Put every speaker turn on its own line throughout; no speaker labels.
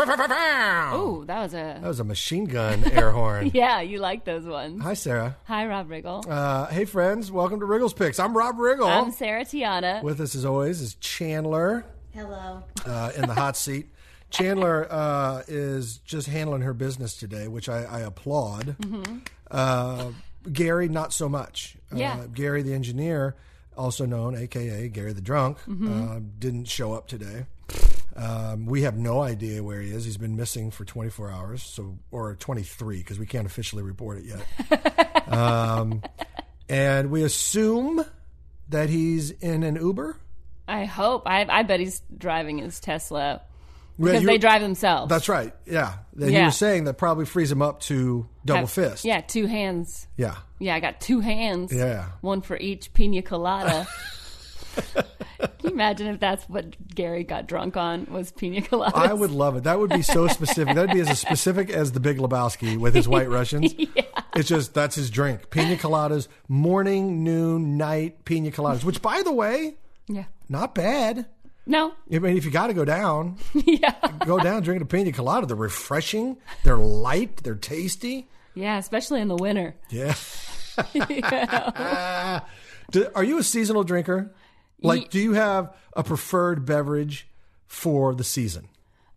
Ooh, that was a.
That was a machine gun air horn.
Yeah, you like those ones.
Hi, Sarah.
Hi, Rob Riggle.
Uh, hey, friends. Welcome to Wriggles Picks. I'm Rob Riggle.
I'm Sarah Tiana.
With us, as always, is Chandler
Hello.
uh, in the hot seat. Chandler uh, is just handling her business today, which I, I applaud. Uh, Gary, not so much.
Yeah.
Uh, Gary, the engineer, also known, aka Gary the drunk, uh, didn't show up today. Um, we have no idea where he is. He's been missing for 24 hours, so or 23 because we can't officially report it yet. um, and we assume that he's in an Uber.
I hope. I, I bet he's driving his Tesla
Well,
because
you-
they drive themselves.
That's right. Yeah. That He
Yeah.
was saying that probably frees him up to double fist.
Yeah, two hands.
Yeah.
Yeah, I got two hands.
Yeah.
One for each pina colada. Can you imagine if that's what Gary got drunk on was pina coladas?
I would love it. That would be so specific. That'd be as specific as the Big Lebowski with his White Russians. It's just that's his drink. Pina coladas, morning, noon, night, pina coladas. Which, by the way,
Yeah.
not bad.
No.
I mean, if you got to go down,
yeah.
go down drinking a pina colada. They're refreshing. They're light. They're tasty.
Yeah, especially in the winter.
Yeah. Do- are you a seasonal drinker? Like, do you have a preferred beverage for the season?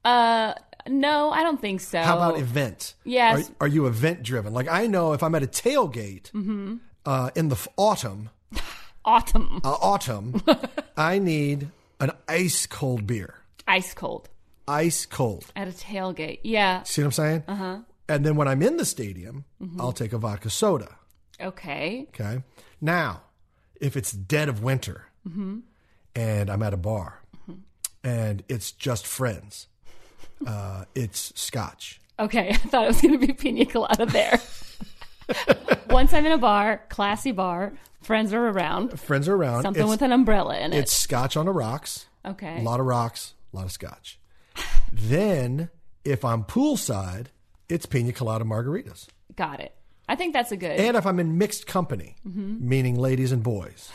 Uh, no, I don't think so.
How about event?
Yes.
Are, are you event driven? Like, I know if I'm at a tailgate
Mm-hmm.
uh, in the f- autumn,
autumn?
uh, autumn, I need an ice cold beer.
Ice cold
Ice cold.
at a tailgate. Yeah.
See what I'm saying? Uh
Uh-huh.
huh. And then when I'm in the stadium,
Mm-hmm.
I'll take a vodka soda.
Okay.
Okay. Now, if it's dead of winter
Mm-hmm.
and I'm at a bar and it's just friends, uh, it's scotch.
Okay, I thought it was going to be pina colada there. Once I'm in a bar, classy bar, friends are around,
Friends are around.
something
it's,
with an umbrella in it.
it's scotch on the rocks,
Okay.
a lot of rocks, a lot of scotch. then, if I'm poolside, it's pina colada margaritas.
Got it. I think that's a good.
And if I'm in mixed company,
Mm-hmm.
meaning ladies and boys,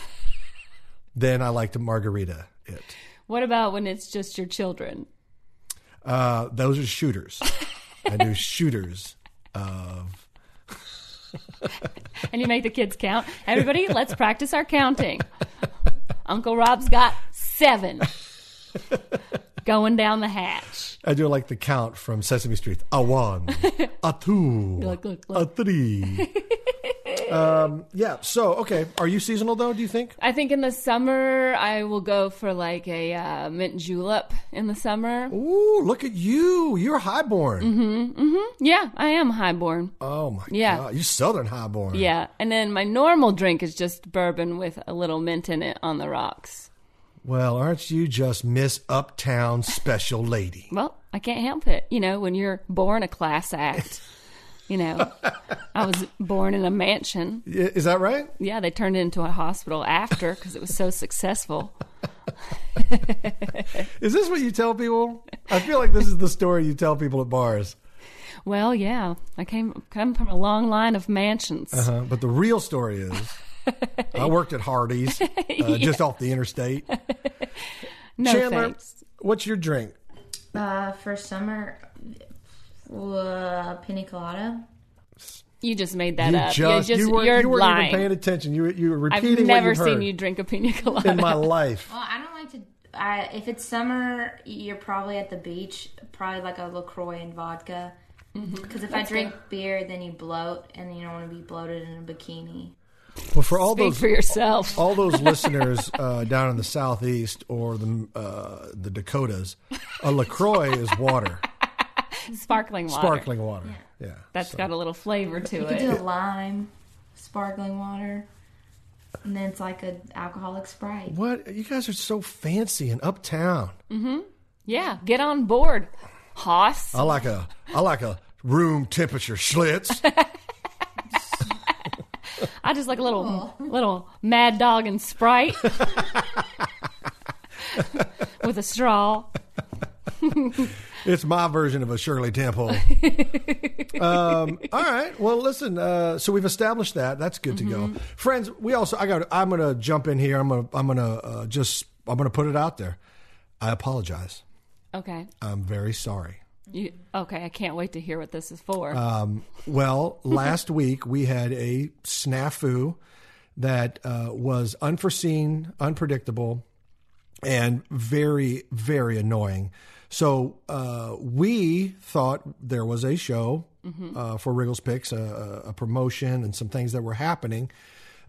then I like to margarita it.
what about when it's just your children?
Uh, those are shooters. I do shooters of.
And you make the kids count? Everybody, let's practice our counting. Uncle Rob's got seven going down the hatch.
I do like the count from Sesame Street. A one, a two,
Look, look,
a
look.
three. um, yeah. So okay, are you seasonal though? Do you think?
I think in the summer, I will go for like a uh, mint julep in the summer.
Ooh, look at you! You're highborn.
Yeah, I am highborn.
Oh my
Yeah.
god, you're Southern highborn.
Yeah, and then my normal drink is just bourbon with a little mint in it on the rocks.
Well, aren't you just Miss Uptown Special Lady?
Well, I can't help it. You know, when you're born a class act, you know, I was born in a mansion.
I- Is that right?
Yeah, they turned it into a hospital after because it was so successful.
Is this what you tell people? I feel like this is the story you tell people at bars.
Well, yeah, I came come from a long line of mansions.
Uh, but the real story is I worked at Hardee's uh, just off the interstate.
No
Chandler,
thanks.
what's your drink?
Uh, for summer, uh, pina colada.
You just made that
You
up.
just,
you
you weren't,
are
you weren't
lying.
even paying attention. You, were- you were
I've
repeating
never
what you
seen
heard
you drink a pina colada.
in my life.
Well, I don't like to. I, if it's summer, you're probably at the beach, probably like a LaCroix and vodka. Because if I drink beer, then you bloat, and you don't want to be bloated in a bikini.
Well, for all
Speak
those
for yourself.
all those listeners uh, down in the southeast or the uh, the Dakotas, a Lacroix is water,
Sparkling water.
sparkling water. Yeah.
That's got a little flavor to
You
it.
could do a lime, sparkling water. and then it's like an alcoholic Sprite.
What? You guys are so fancy and uptown.
Yeah, get on board, Hoss.
I like a I like a room temperature Schlitz.
I just like a little little mad dog and Sprite with a straw.
It's my version of a Shirley Temple. um, all right. Well, listen. Uh, so we've established that. That's good to go, friends. We also. I got. I'm gonna jump in here. I'm gonna. I'm gonna uh, just. I'm gonna put it out there. I apologize.
Okay.
I'm very sorry.
You, okay, I can't wait to hear what this is for.
Well, last week we had a snafu that uh, was unforeseen, unpredictable, and very, very annoying. So uh, we thought there was a show uh, for Wriggles Picks, a, a- a promotion, and some things that were happening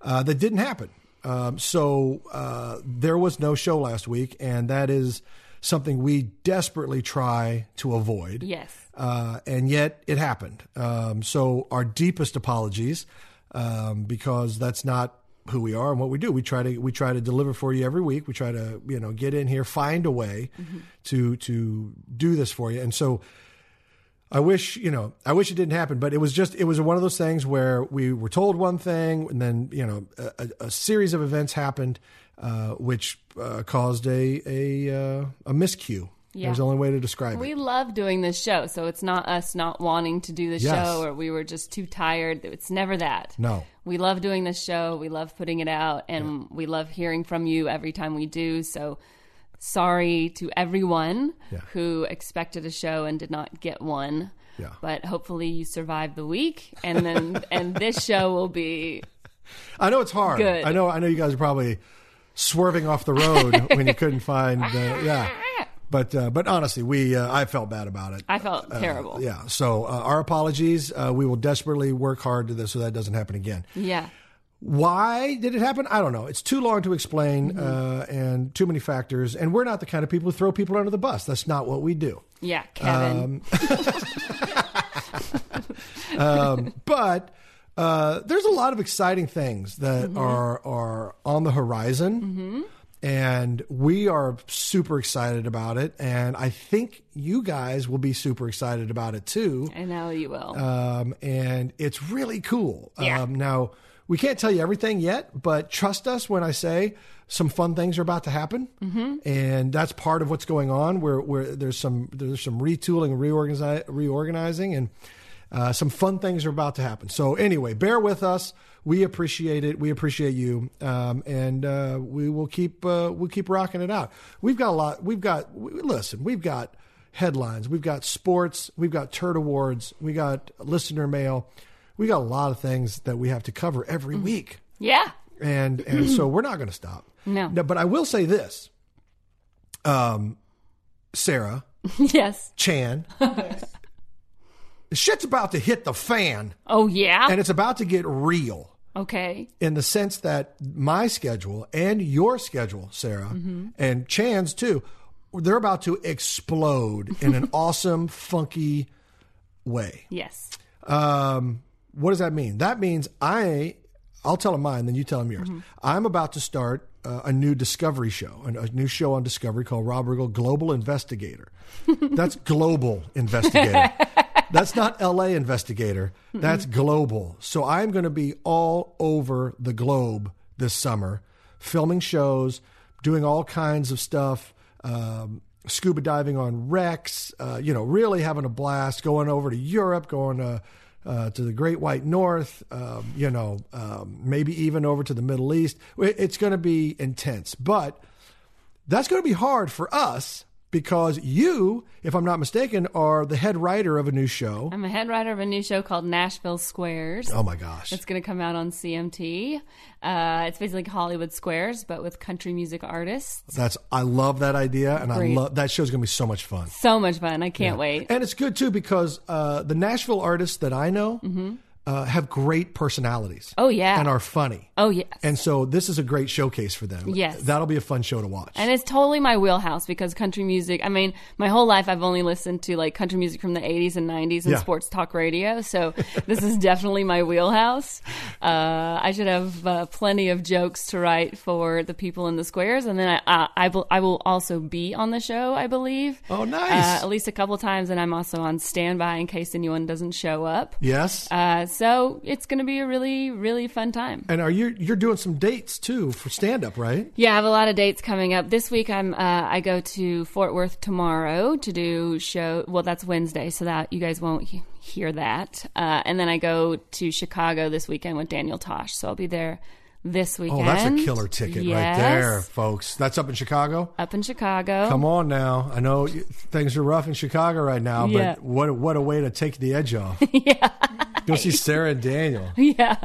uh, that didn't happen. Um, so uh, there was no show last week, and that is something we desperately try to avoid
yes.
uh, and yet it happened. Um, so our deepest apologies, um, because that's not who we are and what we do. We try to we try to deliver for you every week. We try to you know get in here, find a way
Mm-hmm.
to to do this for you. And so I wish you know I wish it didn't happen, but it was just it was one of those things where we were told one thing, and then you know a, a- a series of events happened, uh, which uh, caused a a uh, a miscue.
Yeah.
There's the only way to describe it.
We love doing this show, so it's not us not wanting to do the
Yes.
show or we were just too tired. It's never that.
No.
We love doing this show. We love putting it out and we love hearing from you every time we do. So sorry to everyone
Yeah.
who expected a show and did not get one.
Yeah.
But hopefully you survive the week and then and this show will be
I know it's hard.
Good.
I know. I know you guys are probably swerving off the road when you couldn't find. The, yeah, but uh, but honestly, we uh, I felt bad about it.
I felt terrible.
Uh, yeah, so uh, our apologies. Uh, we will desperately work hard to this so that doesn't happen again.
yeah.
Why did it happen? I don't know. It's too long to explain uh, and too many factors. And we're not the kind of people who throw people under the bus. That's not what we do.
Yeah, Kevin.
Um, Um, but uh, there's a lot of exciting things that are are on the horizon, and we are super excited about it. And I think you guys will be super excited about it too.
I know you will.
Um, and it's really cool.
Yeah.
Um, now we can't tell you everything yet, but trust us when I say some fun things are about to happen, mm-hmm. and that's part of what's going on. Where where there's some there's some retooling, reorganize, reorganizing, and uh, some fun things are about to happen. So anyway, bear with us. We appreciate it. We appreciate you, um, and uh, we will keep uh, we'll keep rocking it out. We've got a lot. We've got we, listen. We've got headlines. We've got sports. We've got turd awards. We got listener mail. We got a lot of things that we have to cover every week,
yeah.
and and so we're not going to stop.
No.
but I will say this, um, Sarah
yes.
Chan, shit's about to hit the fan,
Oh yeah.
and it's about to get real
okay.
in the sense that my schedule and your schedule, Sarah, and Chan's too, they're about to explode in an awesome, funky way.
Yes.
Um, what does that mean? That means I, I'll tell him mine, then you tell him yours. I'm about to start uh, a new Discovery show, an- a new show on Discovery called Rob Riggle Global Investigator. That's global investigator. That's not LA investigator. That's global. So I'm going to be all over the globe this summer, filming shows, doing all kinds of stuff. Um, scuba diving on wrecks, uh, you know, really having a blast, going over to Europe, going to, uh, to the Great White North, um, you know, um, maybe even over to the Middle East. It- It's going to be intense, but that's going to be hard for us because you, if I'm not mistaken, are the head writer of a new show.
I'm a head writer of a new show called Nashville Squares.
Oh my gosh.
It's going to come out on CMT. Uh, it's basically like Hollywood Squares, but with country music artists.
That's I love that idea and
Great.
I love that show's going to be so much fun.
So much fun. I can't wait.
And it's good too because uh, the Nashville artists that I know, uh, have great personalities.
Mm-hmm. Oh, yeah.
and are funny.
Oh yes.
And so this is a great showcase for them.
Yes.
that'll be a fun show to watch.
And it's totally my wheelhouse because country music, I mean, my whole life I've only listened to like country music from the 80s and 90s and
Yeah.
sports talk radio. So this is definitely my wheelhouse. Uh, I should have uh, plenty of jokes to write for the people in the squares. And then I, I, I, will, I will also be on the show, I believe.
Oh, nice.
Uh, at least a couple times. And I'm also on standby in case anyone doesn't show up.
yes.
Uh, so it's going to be a really, really fun time.
and are you you're doing some dates too for stand up, right?
Yeah, I have a lot of dates coming up. This week, I'm uh, I go to Fort Worth tomorrow to do show. Well, that's Wednesday, so that you guys won't he- hear that. Uh, and then I go to Chicago this weekend with Daniel Tosh, so I'll be there this weekend.
Oh, that's a killer ticket
Yes, Oh.
right there, folks. That's up in Chicago.
Up in Chicago.
Come on now. I know you- things are rough in Chicago right now,
Yeah.
but what what a way to take the edge off. yeah. Go see Sarah and Daniel.
yeah,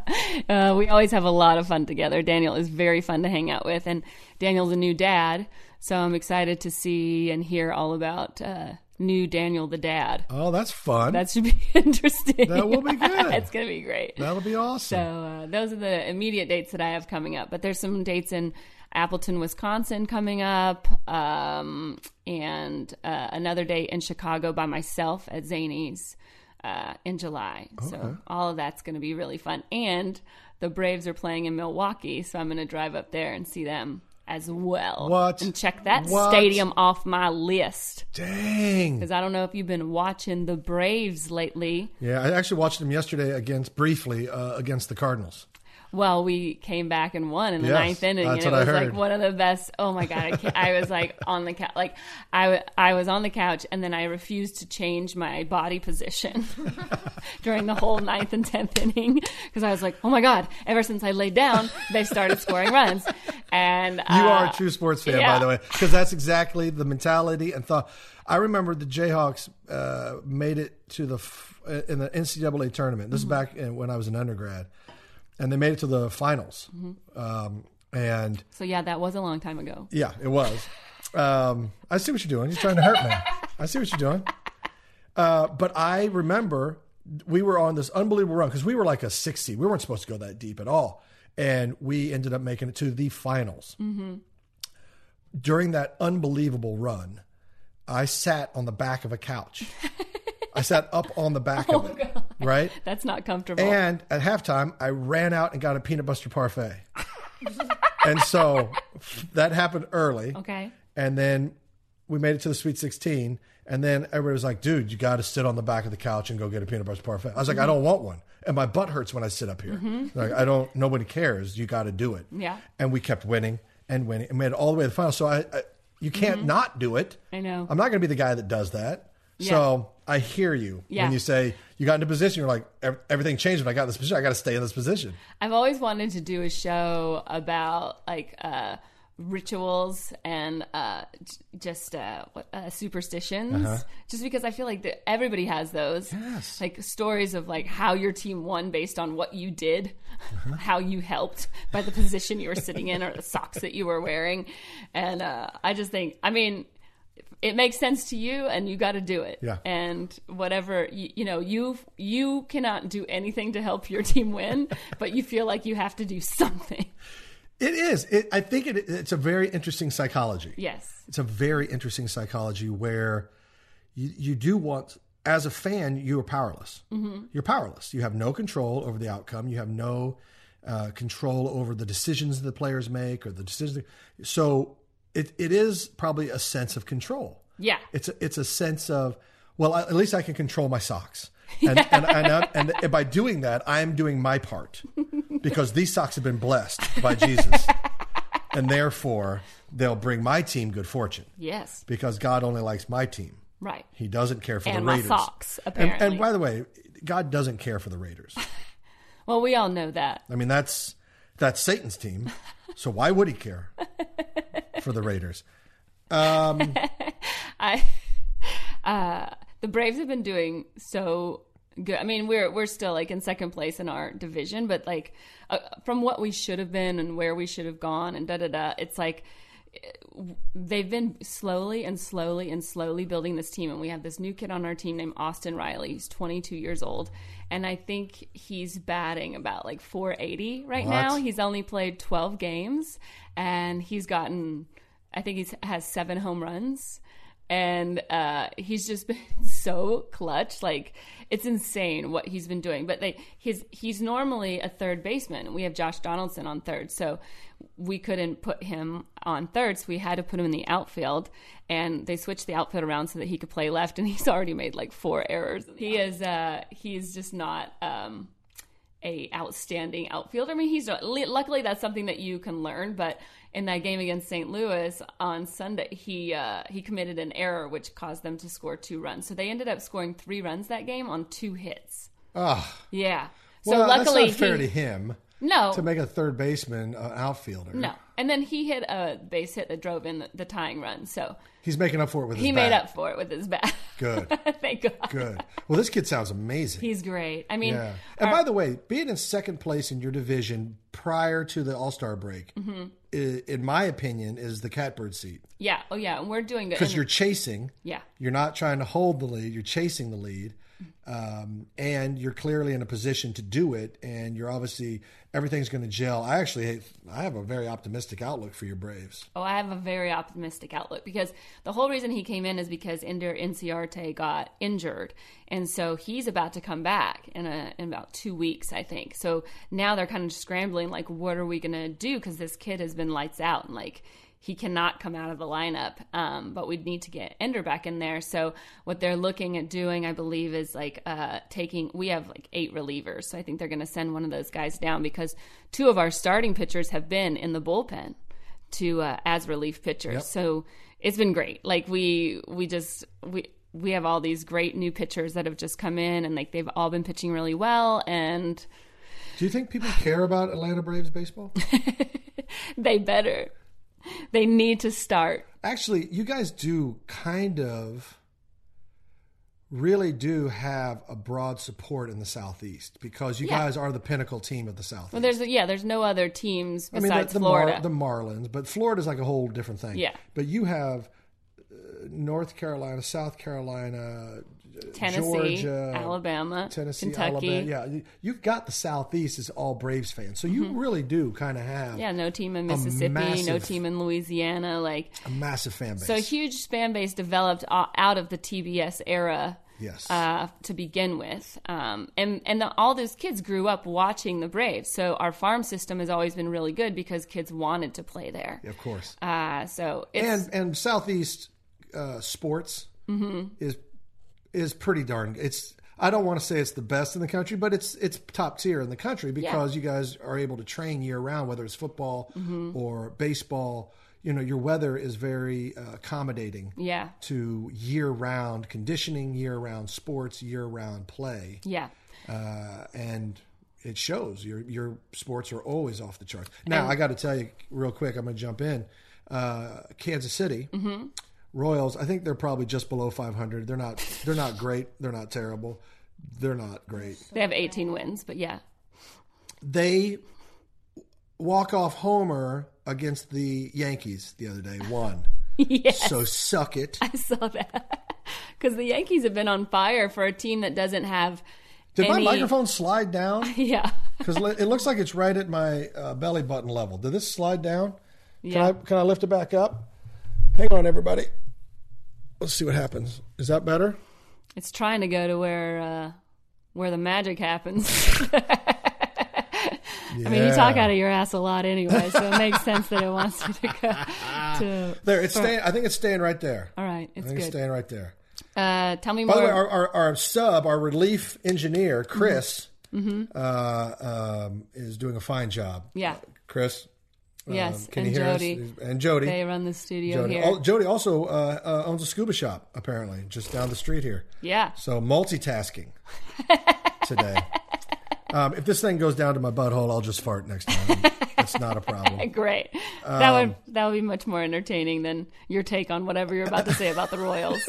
uh, we always have a lot of fun together. Daniel is very fun to hang out with, and Daniel's a new dad, so I'm excited to see and hear all about uh, new Daniel the dad.
Oh, that's fun.
That should be interesting.
That will be good.
it's going to be great.
That'll be awesome.
So uh, those are the immediate dates that I have coming up. But there's some dates in Appleton, Wisconsin coming up, um, and uh, another date in Chicago by myself at Zany's uh, in July. So all of that's going to be really fun. And the Braves are playing in Milwaukee, so I'm going to drive up there and see them as well.
What?
And check that
What?
stadium off my list
Dang.
because I don't know if you've been watching the Braves lately.
Yeah, I actually watched them yesterday against briefly uh, against the Cardinals.
Well, we came back and won in the
Yes,
ninth inning,
that's
and it
what I
was like
heard.
one of the best. Oh my god, I, can't, I was like on the couch, like I, w- I was on the couch, and then I refused to change my body position during the whole ninth and tenth inning because I was like, oh my god, ever since I laid down, they've started scoring runs, and uh,
You are a true sports fan,
yeah.
by the way, because that's exactly the mentality and thought. I remember the Jayhawks uh, made it to the f- uh, in the NCAA tournament. This is back in, when I was an undergrad, and they made it to the finals. Um, and
So yeah, that was a long time ago.
yeah, it was. Um, I see what you're doing. You're trying to hurt me. I see what you're doing. Uh, but I remember we were on this unbelievable run because we were like a 60. We weren't supposed to go that deep at all. And we ended up making it to the finals. During that unbelievable run, I sat on the back of a couch. I sat up on the back of it. Right?
That's not comfortable.
And at halftime, I ran out and got a peanut butter parfait. and so that happened early.
okay.
And then we made it to the Sweet 16. And then everybody was like, dude, you got to sit on the back of the couch and go get a peanut butter parfait. I was like, I don't want one. And my butt hurts when I sit up here. Like, I don't, nobody cares. You got to do it.
Mm-hmm. Yeah.
And we kept winning and winning and made it all the way to the final. So I, I you can't not do it.
Mm-hmm. I know.
I'm not going to be the guy that does that. So I hear you
Yeah.
when you say you got into position. You're like, "Ev- everything changed when I got in this position. I got to stay in this position.
I've always wanted to do a show about like uh, rituals and uh, j- just uh, what, uh, superstitions, just because I feel like that everybody has those. Yes. Like stories of like how your team won based on what you did, how you helped by the position you were sitting in or the socks that you were wearing, and uh, I just think, I mean. It makes sense to you, and you got to do it.
Yeah.
And whatever you, you know, you you cannot do anything to help your team win, but you feel like you have to do something.
It is. It, I think it, it's a very interesting psychology.
Yes.
it's a very interesting psychology where you, you do want as a fan you are powerless you're powerless you have no control over the outcome you have no uh, control over the decisions the players make or the decisions so it, it is probably a sense of control
Yeah.
it's a, it's a sense of well I, at least i can control my socks and, and, and, I'm- and, and by doing that i'm doing my part because these socks have been blessed by jesus and therefore they'll bring my team good fortune
Yes.
because god only likes my team
Right.
he doesn't care for
And
the
my
raiders
socks,
and,
apparently.
and by the way god doesn't care for the raiders
well, we all know that.
i mean that's that's satan's team so why would he care for the raiders
I uh the Braves have been doing so good. I mean, we're we're still like in second place in our division, but like uh, from what we should have been and where we should have gone and da da da, it's like they've been slowly and slowly and slowly building this team and we have this new kid on our team named austin riley he's 22 years old and i think he's batting about like 480 right
What?
now he's only played 12 games and he's gotten i think he's has seven home runs and uh, he's just been so clutch like it's insane what he's been doing but they his he's normally a third baseman we have josh donaldson on third so we couldn't put him on third so we had to put him in the outfield and they switched the outfield around so that he could play left and he's already made like four errors he is uh he's just not um a outstanding outfielder. I mean, he's luckily that's something that you can learn. But in that game against St. Louis on Sunday, he uh, he committed an error which caused them to score two runs. So they ended up scoring three runs that game on two hits.
Ah,
Yeah. So
well,
luckily,
that's not fair
he,
to him
no,
to make a third baseman an outfielder.
no. And then he hit a base hit that drove in the, the tying run. So
he's making up for it with his
he made
bat.
up for it with his bat.
Good,
Thank God.
good. Well, this kid sounds amazing.
He's great. I mean,
Yeah. And by the way, being in second place in your division prior to the All Star break, i- in my opinion, is the catbird seat
yeah. Oh, yeah. Mm-hmm. And we're doing good.
because
And-
you're chasing.
yeah.
You're not trying to hold the lead. You're chasing the lead, um, and you're clearly in a position to do it. And you're obviously everything's going to gel. I actually, I have a very optimistic outlook for your Braves.
Oh, I have a very optimistic outlook because the whole reason he came in is because Ender Inciarte got injured, and so he's about to come back in a, in about two weeks, I think. So now they're kind of scrambling, like, what are we gonna do? Because this kid has been lights out, and like he cannot come out of the lineup. Um, but we'd need to get Ender back in there. So what they're looking at doing, I believe, is like uh, taking. We have like eight relievers, so I think they're gonna send one of those guys down because two of our starting pitchers have been in the bullpen to uh, as relief pitchers. So it's been great. Like we we just we we have all these great new pitchers that have just come in and like they've all been pitching really well and
Do you think people care about Atlanta Braves baseball?
they better they need to start.
Actually, you guys do kind of really do have a broad support in the Southeast because you
Yeah.
guys are the pinnacle team of the Southeast.
Well, there's yeah, there's no other teams
I mean,
besides
the, the, Mar-
Florida.
the Marlins, but Florida's like a whole different thing.
Yeah.
But you have uh, North Carolina, South Carolina,
Tennessee,
Georgia,
Alabama,
Tennessee,
Kentucky.
Alabama. Yeah, you- you've got the Southeast is all Braves fans. So you really do kind of have
Mm-hmm. Yeah, no team in Mississippi, no
massive-
team in Louisiana. Like,
a massive fan base.
so a huge fan base developed o- out of the TBS era.
yes.
uh, to begin with, um, and and the, all those kids grew up watching the Braves. So our farm system has always been really good because kids wanted to play there.
of course.
Uh, so it's
and and southeast uh, sports is is pretty darn. It's I don't want to say it's the best in the country, but it's it's top tier in the country because you guys are able to train year round, whether it's football or baseball. You know, your weather is very uh, accommodating
yeah,
to year round conditioning, year round sports, year round play,
yeah.
uh, and. It shows your your sports are always off the charts. Now I got to tell you real quick. I'm going to jump in. Uh, Kansas City,
Mm-hmm.
Royals, I think they're probably just below 500. They're not they're not great, they're not terrible. They're not great.
They have 18 wins, but yeah,
They walk off homer against the Yankees the other day, won.
yes,
So suck it.
I saw that because the Yankees have been on fire for a team that doesn't have
Did my
any-
microphone slide down?
Yeah,
Cuz it looks like it's right at my uh, belly button level. Did this slide down? Can
Yeah.
I can I lift it back up? Hang on everybody. Let's see what happens. Is that better?
it's trying to go to where uh, where the magic happens. I mean, you talk
Yeah.
out of your ass a lot anyway, so it makes sense that it wants you to go to
There, it's staying I think it's staying right there.
All right,
I
it's
think it's
good.
staying right there.
Uh, tell me
By the
more.
way, our, our, our sub, our relief engineer,
Mm-hmm.
Chris, uh, um, is doing a fine job.
yeah,
Chris,
yes,
um, can
and
you hear
Jody.
us? And Jody.
They run the studio
Jody,
here.
Al- Jody also uh, uh, owns a scuba shop, apparently, just down the street here.
yeah,
So multitasking today. Um, if this thing goes down to my butthole, I'll just fart next time. It's not a problem.
great. that
Um,
would that would be much more entertaining than your take on whatever you're about to say about the Royals.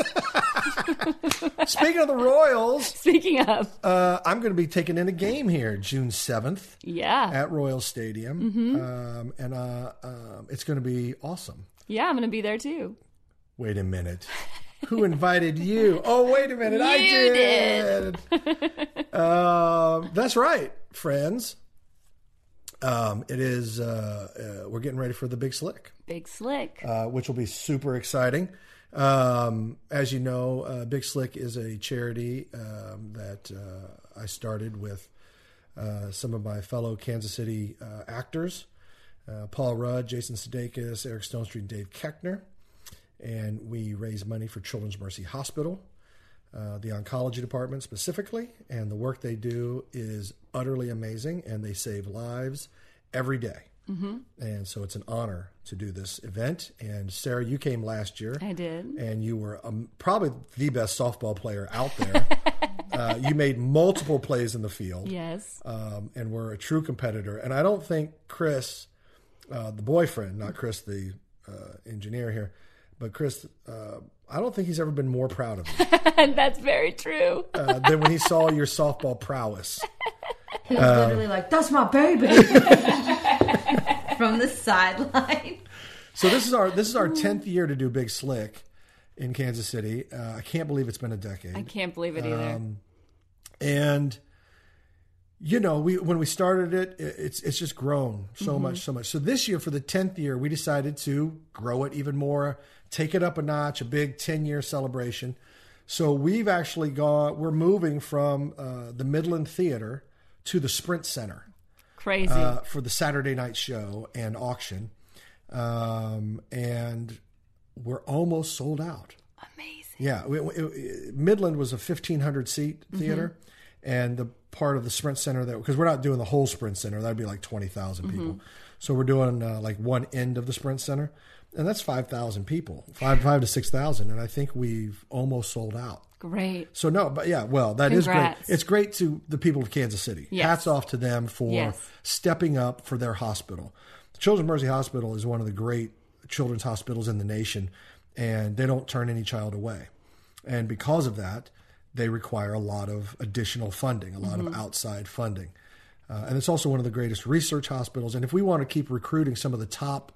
Speaking of the Royals,
Speaking of,
uh, I'm going to be taking in a game here June 7th.
yeah,
uh, at Royal Stadium, um, and uh, um, it's going to be awesome.
Yeah, I'm going to be there too.
Wait a minute. Who invited you? Oh, wait a minute. I
You
did. Um, that's right, friends. Um, it is, uh, uh, we're getting ready for the big slick,
Big Slick.
uh, which will be super exciting. Um, as you know, uh, Big Slick is a charity um, that uh, I started with uh, some of my fellow Kansas City uh, actors uh, Paul Rudd, Jason Sudeikis, Eric Stone Street, and Dave Keckner and we raise money for Children's Mercy Hospital, uh, the oncology department specifically. And the work they do is utterly amazing, and they save lives every Mm-hmm. And so it's an honor to do this event. And Sarah, you came last year,
I did.
and you were um, probably the best softball player out there. uh, you made multiple plays in the field
Yes.
um, and we're a true competitor. And I don't think Chris, uh, the boyfriend, not Chris, the uh, engineer here, but Chris, uh, I don't think he's ever been more proud of you
And that's very true.
uh, than when he saw your softball prowess.
He was literally like, "That's my baby," from the sideline.
So this is our this is our tenth year to do Big Slick in Kansas City. Uh, I can't believe it's been a decade.
I can't believe it either.
Um, and you know we when we started it i- it's it's just grown so much so much so this year for the 10th year we decided to grow it even more take it up a notch a big 10 year celebration so we've actually gone we're moving from uh, the midland theater to the sprint center
Crazy.
uh, for the Saturday night show and auction, um, and we're almost sold out.
Amazing.
Yeah, we- we- it- Midland was a fifteen hundred seat theater, and the part of the Sprint Center that because we're not doing the whole Sprint Center, that'd be like twenty people. So we're doing uh, like one end of the Sprint Center, and that's five thousand people, five five to six thousand, and I think we've almost sold out.
Great.
So no, but yeah, well, that is
Congrats.
great. It's great to the people of Kansas City.
Yes.
Hats off to them for
Yes.
stepping up for their hospital. Children's Mercy Hospital is one of the great children's hospitals in the nation, and they don't turn any child away. And because of that, they require a lot of additional funding, a lot
Mm-hmm.
of outside funding. Uh, and it's also one of the greatest research hospitals. And if we want to keep recruiting some of the top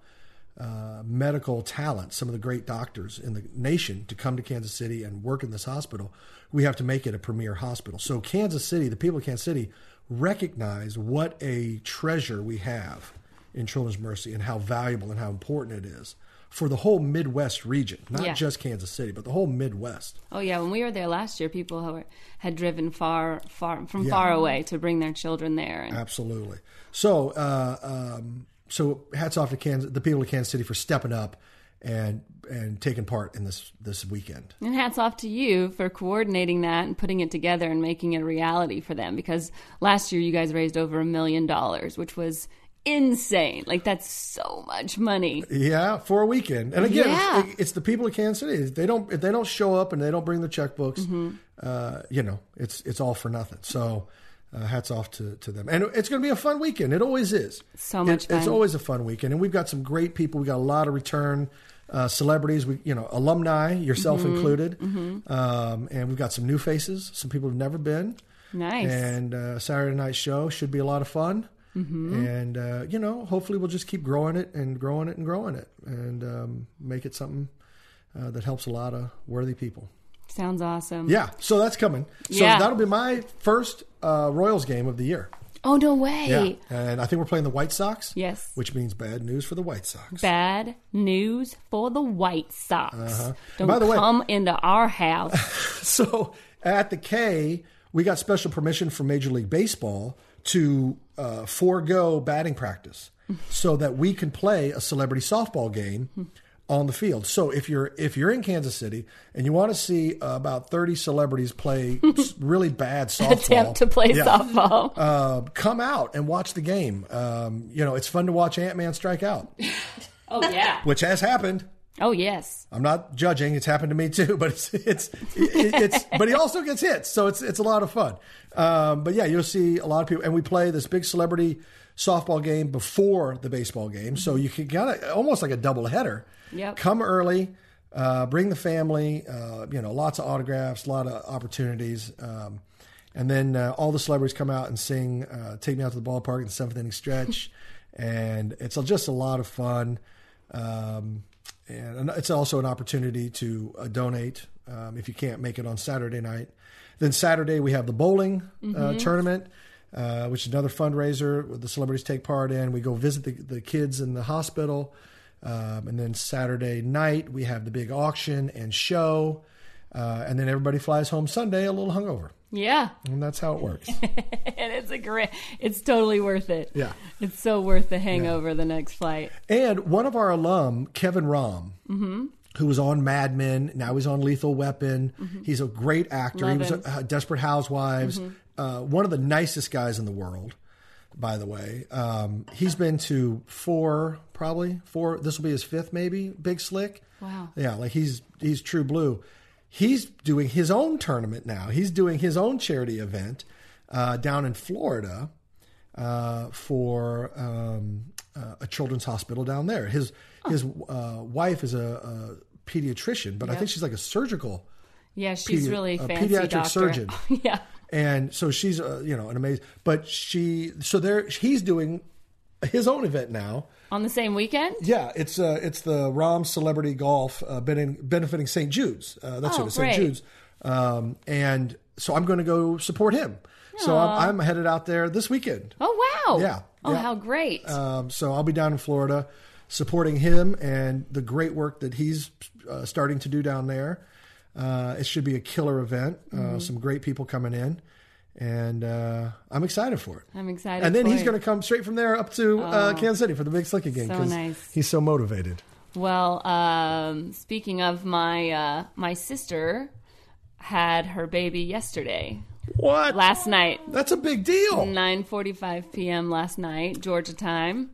medical talent, some of the great doctors in the nation to come to Kansas City and work in this hospital, we have to make it a premier hospital. So, Kansas City, the people of Kansas City recognize what a treasure we have in Children's Mercy and how valuable and how important it is for the whole Midwest region, not
Yeah.
just Kansas City, but the whole Midwest.
Oh yeah, when we were there last year, people who were, had driven far, far from far away to bring their children there.
Uh,
And
Absolutely. So, uh, um, so hats off to Kansas, the people of Kansas City for stepping up and and taking part in this this weekend.
And hats off to you for coordinating that and putting it together and making it a reality for them because last year you guys raised over a million dollars, which was insane. Like, that's so much money.
Yeah, for a weekend. And again,
Yeah.
it's, it's the people of Kansas City. If they don't if they don't show up and they don't bring their checkbooks,
Mm-hmm.
uh, you know, it's it's all for nothing. So, uh, hats off to, to them. And it's going to be a fun weekend. It always is.
So much
It- It's
fun.
always a fun weekend, and we've got some great people. We got a lot of return. Uh, celebrities, we you know alumni, yourself
Mm-hmm.
included, um, and we've got some new faces, some people who've never been.
Nice.
And uh, Saturday night show should be a lot of fun.
Mm-hmm.
And uh, you know, hopefully we'll just keep growing it and growing it and growing it, and um, make it something uh, that helps a lot of worthy people.
Sounds awesome.
Yeah, so that's coming. So
Yeah.
that'll be my first uh, Royals game of the year.
Oh, no way.
Yeah, and I think we're playing the White Sox.
Yes.
which means bad news for the White Sox.
Bad news for the White Sox. Don't
Uh-huh. By the way-
come into our house.
So at the K, we got special permission from Major League Baseball to uh, forego batting practice so that we can play a celebrity softball
Hmm.
game on the field. So if you're if you're in Kansas City and you want to see uh, about 30 celebrities play s- really bad softball
Attempt to play
Yeah
softball.
uh, come out and watch the game. Um, you know, it's fun to watch Ant-Man strike out,
oh, yeah.
which has happened.
Oh, yes.
I'm not judging. It's happened to me too, but it's it's it- it's. but he also gets hits, so it's it's a lot of fun. Um, but yeah, you'll see a lot of people, and we play this big celebrity softball game before the baseball game, so you can kind of almost like a double header.
Yep.
Come early, uh, bring the family. Uh, you know, lots of autographs, a lot of opportunities. Um, and then uh, all the celebrities come out and sing uh, "Take Me Out to the Ballpark" in the seventh inning stretch, and it's just a lot of fun. Um, And It's also an opportunity to uh, donate um, if you can't make it on Saturday night. Then Saturday we have the bowling uh, tournament, uh, which is another fundraiser where the celebrities take part in. We go visit the, the kids in the hospital, um, and then Saturday night we have the big auction and show, uh, and then everybody flies home Sunday a little hungover,
Yeah.
and that's how it works.
And it's a great, it's totally worth it.
Yeah.
It's so worth the hangover the next flight.
And one of our alum, Kevin Rahm, who was on Mad Men, now he's on Lethal Weapon. He's a great actor. he
Love
was
him.
a, uh, Desperate Housewives. Uh, one of the nicest guys in the world, by the way. Um, he's been to four, probably four. This will be his fifth, maybe. Big Slick.
Wow.
Yeah, like he's he's true blue. He's doing his own tournament now. He's doing his own charity event uh, down in Florida uh, for um, uh, a children's hospital down there. His his uh, wife is a, a pediatrician, but I think she's like a surgical,
Yeah. She's
Pedi-
really
a
fancy.
pediatric
doctor.
surgeon.
yeah.
and so she's uh, you know an amazing. But she so there he's doing his own event now.
On the same weekend?
Yeah, it's uh, it's the Rom Celebrity Golf uh, bene- benefiting St. Jude's. Uh, that's
Oh,
what it is, St.
great.
Jude's. Um, and so I'm going to go support him. So I'm, I'm headed out there this weekend.
Oh, wow.
Yeah,
Oh,
yeah.
how great.
Um, so I'll be down in Florida supporting him and the great work that he's uh, starting to do down there. Uh, it should be a killer event. Uh,
Mm-hmm.
Some great people coming in, and uh, I'm excited for it.
I'm excited.
and then
for
he's
it. Oh.
going to come straight from there up to uh, Kansas City for the Big Slick again.
So
'cause
nice.
He's so motivated.
Well, um, speaking of my uh, my sister had her baby yesterday,
What?
last night,
That's a big deal.
9:45 p.m. last night, Georgia time,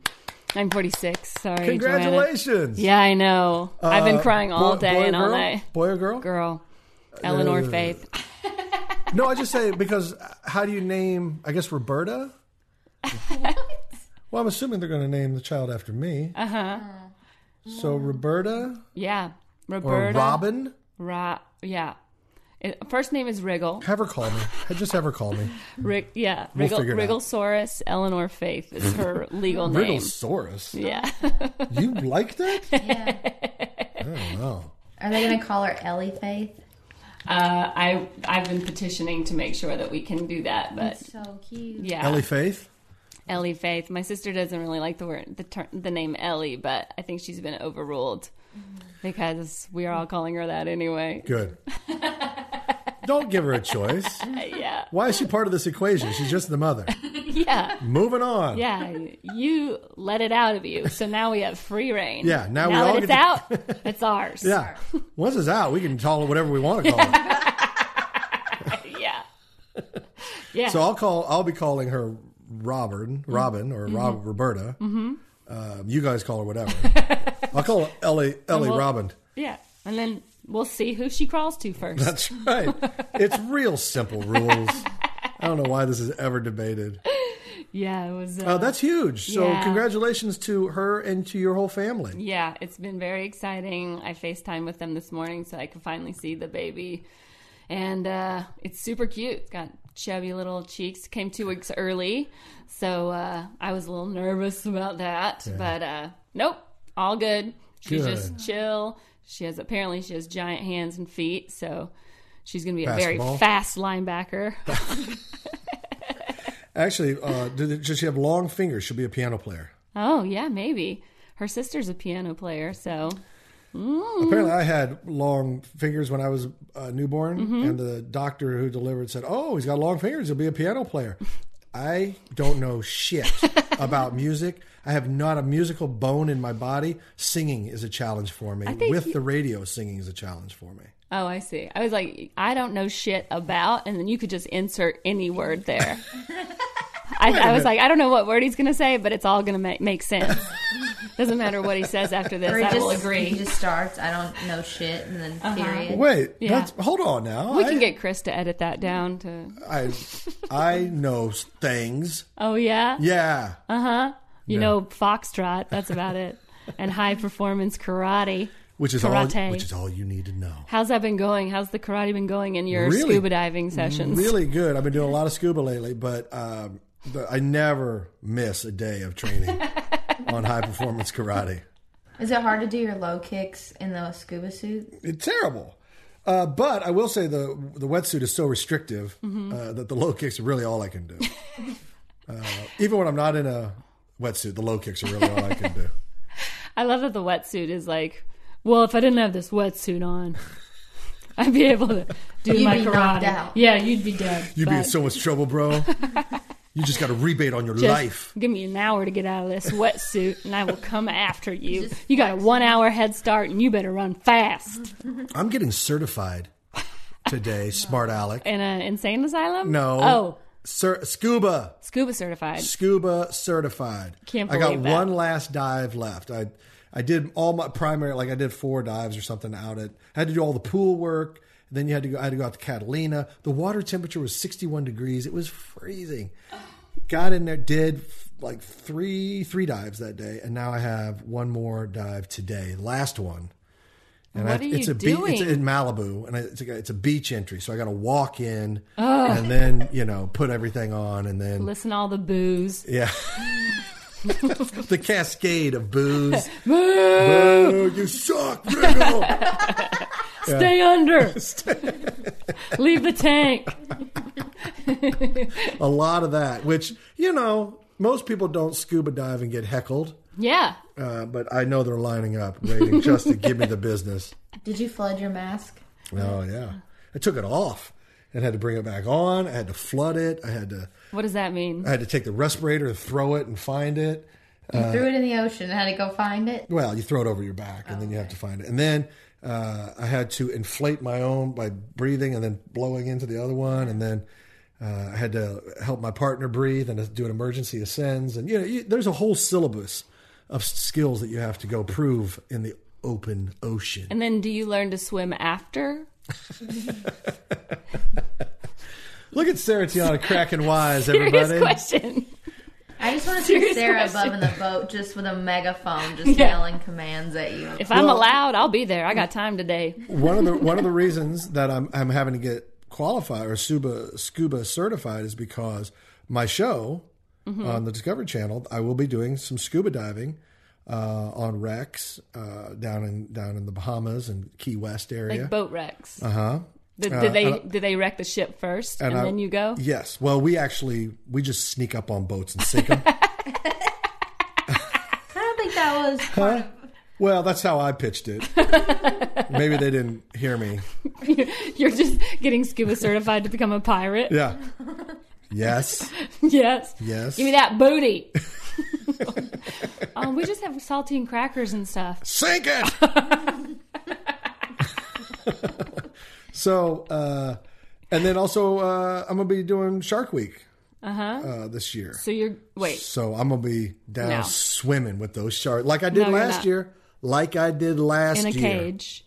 9:46. Sorry, Joanna.
Congratulations.
Yeah, I know. I've been
Uh,
crying all
boy-
day
boy or
and all
girl?
night.
Boy or girl?
Girl, Eleanor
no, no.
Faith.
No, I just say it because uh, how do you name? I guess Roberta. well, I'm assuming they're going to name the child after me. Uh huh. So Roberta
Yeah,
or
Roberta.
Robin?
Ra- yeah. It, first name is Wriggle.
Have her call me. Just have her call me.
Rig- yeah,
We'll
Wriggle,
figure it out.
Wrigglesaurus Eleanor Faith is her legal name.
Riddlesaurus.
Yeah.
You like that?
Yeah.
Wow.
Are they gonna call her Ellie Faith?
Uh, I I've been petitioning to make sure that we can do that, but
So cute.
yeah,
Ellie
Ellie,
Faith.
Faith. My sister doesn't really like the word the ter- the name Ellie, but I think she's been overruled because we are all calling her that anyway.
Good. Don't give her a choice.
Uh, yeah,
Why is she part of this equation? She's just the mother.
yeah,
Moving on.
yeah. You let it out of you, so now we have free reign.
Yeah, now we
now
all
that
get
it's
to-
out, it's ours.
Yeah. Once it's out, we can call it whatever we want to call it.
yeah, yeah.
So I'll call. I'll be calling her Robin, Robin, or Rob Roberta. Mm-hmm. Um, you guys call her whatever. I'll call her Ellie Ellie
we'll-
Robin.
yeah. And then we'll see who she crawls to first.
That's right. it's real simple rules. I don't know why this is ever debated.
yeah, it was. Uh,
Uh, that's huge. So
Yeah.
congratulations to her and to your whole family.
Yeah, it's been very exciting. I FaceTime with them this morning so I could finally see the baby. And uh, it's super cute. It's got chubby little cheeks. Came two weeks early. So uh, I was a little nervous about that. But uh, nope, all good. She's
Good.
just chill. She has apparently she has giant hands and feet. So she's going to be a
Basketball?
very fast linebacker.
Actually, uh, did, does she have long fingers? She'll be a piano player.
oh, yeah, maybe. Her sister's a piano player. So
Apparently,
Mm-hmm.
I had long fingers when I was uh, newborn,
Mm-hmm.
and the doctor who delivered said, "Oh, he's got long fingers. He'll be a piano player." I don't know shit about music. I have not a musical bone in my body. Singing is a challenge for me.
think
With
you-
the radio, singing is a challenge for me.
Oh, I see. I was like, I don't know shit about, and then you could just insert any word there. I, I was like, I don't know what word he's going to say, but it's all going to make, make sense. Doesn't matter what he says after this,
Or
I
he
will
just, he
agree. Uh-huh.
just starts. I don't know shit, and then period.
Wait,
Yeah.
that's, hold on now.
we
I,
can get Chris to edit that down to.
I, I know things.
Oh yeah,
Yeah,
you know foxtrot. That's about it. And high performance karate.
which is all
Karate.
which is all you need to know.
How's that been going? How's the karate been going in your
Really-
scuba diving sessions?
Really good. I've been doing a lot of scuba lately, but um, the, I never miss a day of training on high performance karate.
Is it hard to do your low kicks in the scuba suit?
It's terrible. Uh, but I will say the the wetsuit is so restrictive
Mm-hmm.
uh, that the low kicks are really all I can do. uh, even when I'm not in a wetsuit, the low kicks are really all I can do.
I love that the wetsuit is like, well, if I didn't have this wetsuit on, I'd be able to do
You'd
my
be knocked
karate.
out.
Yeah, you'd be dead.
You'd be in
but
so much trouble, bro. You just got a rebate on your
just
life.
Give me an hour to get out of this wetsuit, and I will come after you. You got a one hour head start, and you better run fast.
I'm getting certified today, smart Alec.
In an insane asylum?
No.
Oh,
Cer- scuba.
scuba certified.
scuba certified.
Can't
I got
believe that.
one last dive left. I I did all my primary like I did four dives or something out at. I had to do all the pool work. Then you had to go. I had to go out to Catalina. The water temperature was 61 degrees. It was freezing. Got in there, did f- like three three dives that day, and now I have one more dive today. Last one. And
What
I,
are
it's
you
a be- it's
doing?
in Malibu, and I- it's a, it's a beach entry, so I got to walk in and then you know put everything on, and then
Listen to all the boos.
yeah. the cascade of boos.
Boo!
Boo, you suck, Riddle.
Stay under. Leave the tank.
a lot of that, which, you know, most people don't scuba dive and get heckled,
Yeah.
uh, but I know they're lining up, waiting just to give me the business.
Did you flood your mask?
Oh, yeah. I took it off and had to bring it back on. I had to flood it. I had to,
What does that mean?
I had to take the respirator, throw it, and find it.
You threw it in the ocean. Had to go find it.
Well, you throw it over your back, and then you have to find it. And then uh, I had to inflate my own by breathing and then blowing into the other one, and then uh, I had to help my partner breathe and do an emergency ascends. And you know, you, there's a whole syllabus of skills that you have to go prove in the open ocean.
And then do you learn to swim after?
Look at Sarah Tiana cracking wise,
Serious
everybody.
question.
I just want to see
Serious
Sarah above
question.
in the boat, just with a megaphone, just
Yeah.
yelling commands at you.
If I'm
Well-
allowed, I'll be there. I got time today.
one of the one of the reasons that I'm I'm having to get qualified or scuba scuba certified is because my show
Mm-hmm.
on the Discovery Channel, I will be doing some scuba diving uh, on wrecks uh, down in down in the Bahamas and Key West
Like
area.
boat wrecks. Uh-huh. Did,
Uh,
did they did they wreck the ship first and,
I-
then you go?
Yes. Well, we actually we just sneak up on boats and sink them.
I don't think that was part of
well, that's how I pitched it. Maybe they didn't hear me.
You're just getting scuba certified to become a pirate.
Yeah. Yes.
Yes.
Yes.
Give me that booty. um, we just have saltine crackers and stuff.
Sink it. so, uh, and then also, uh, I'm gonna be doing Shark Week uh this year.
So you're Uh-huh. wait.
So I'm gonna be down
No.
swimming with those sharks, like I did
No, you're
last
not.
year. Like I did last
In a
year.
cage.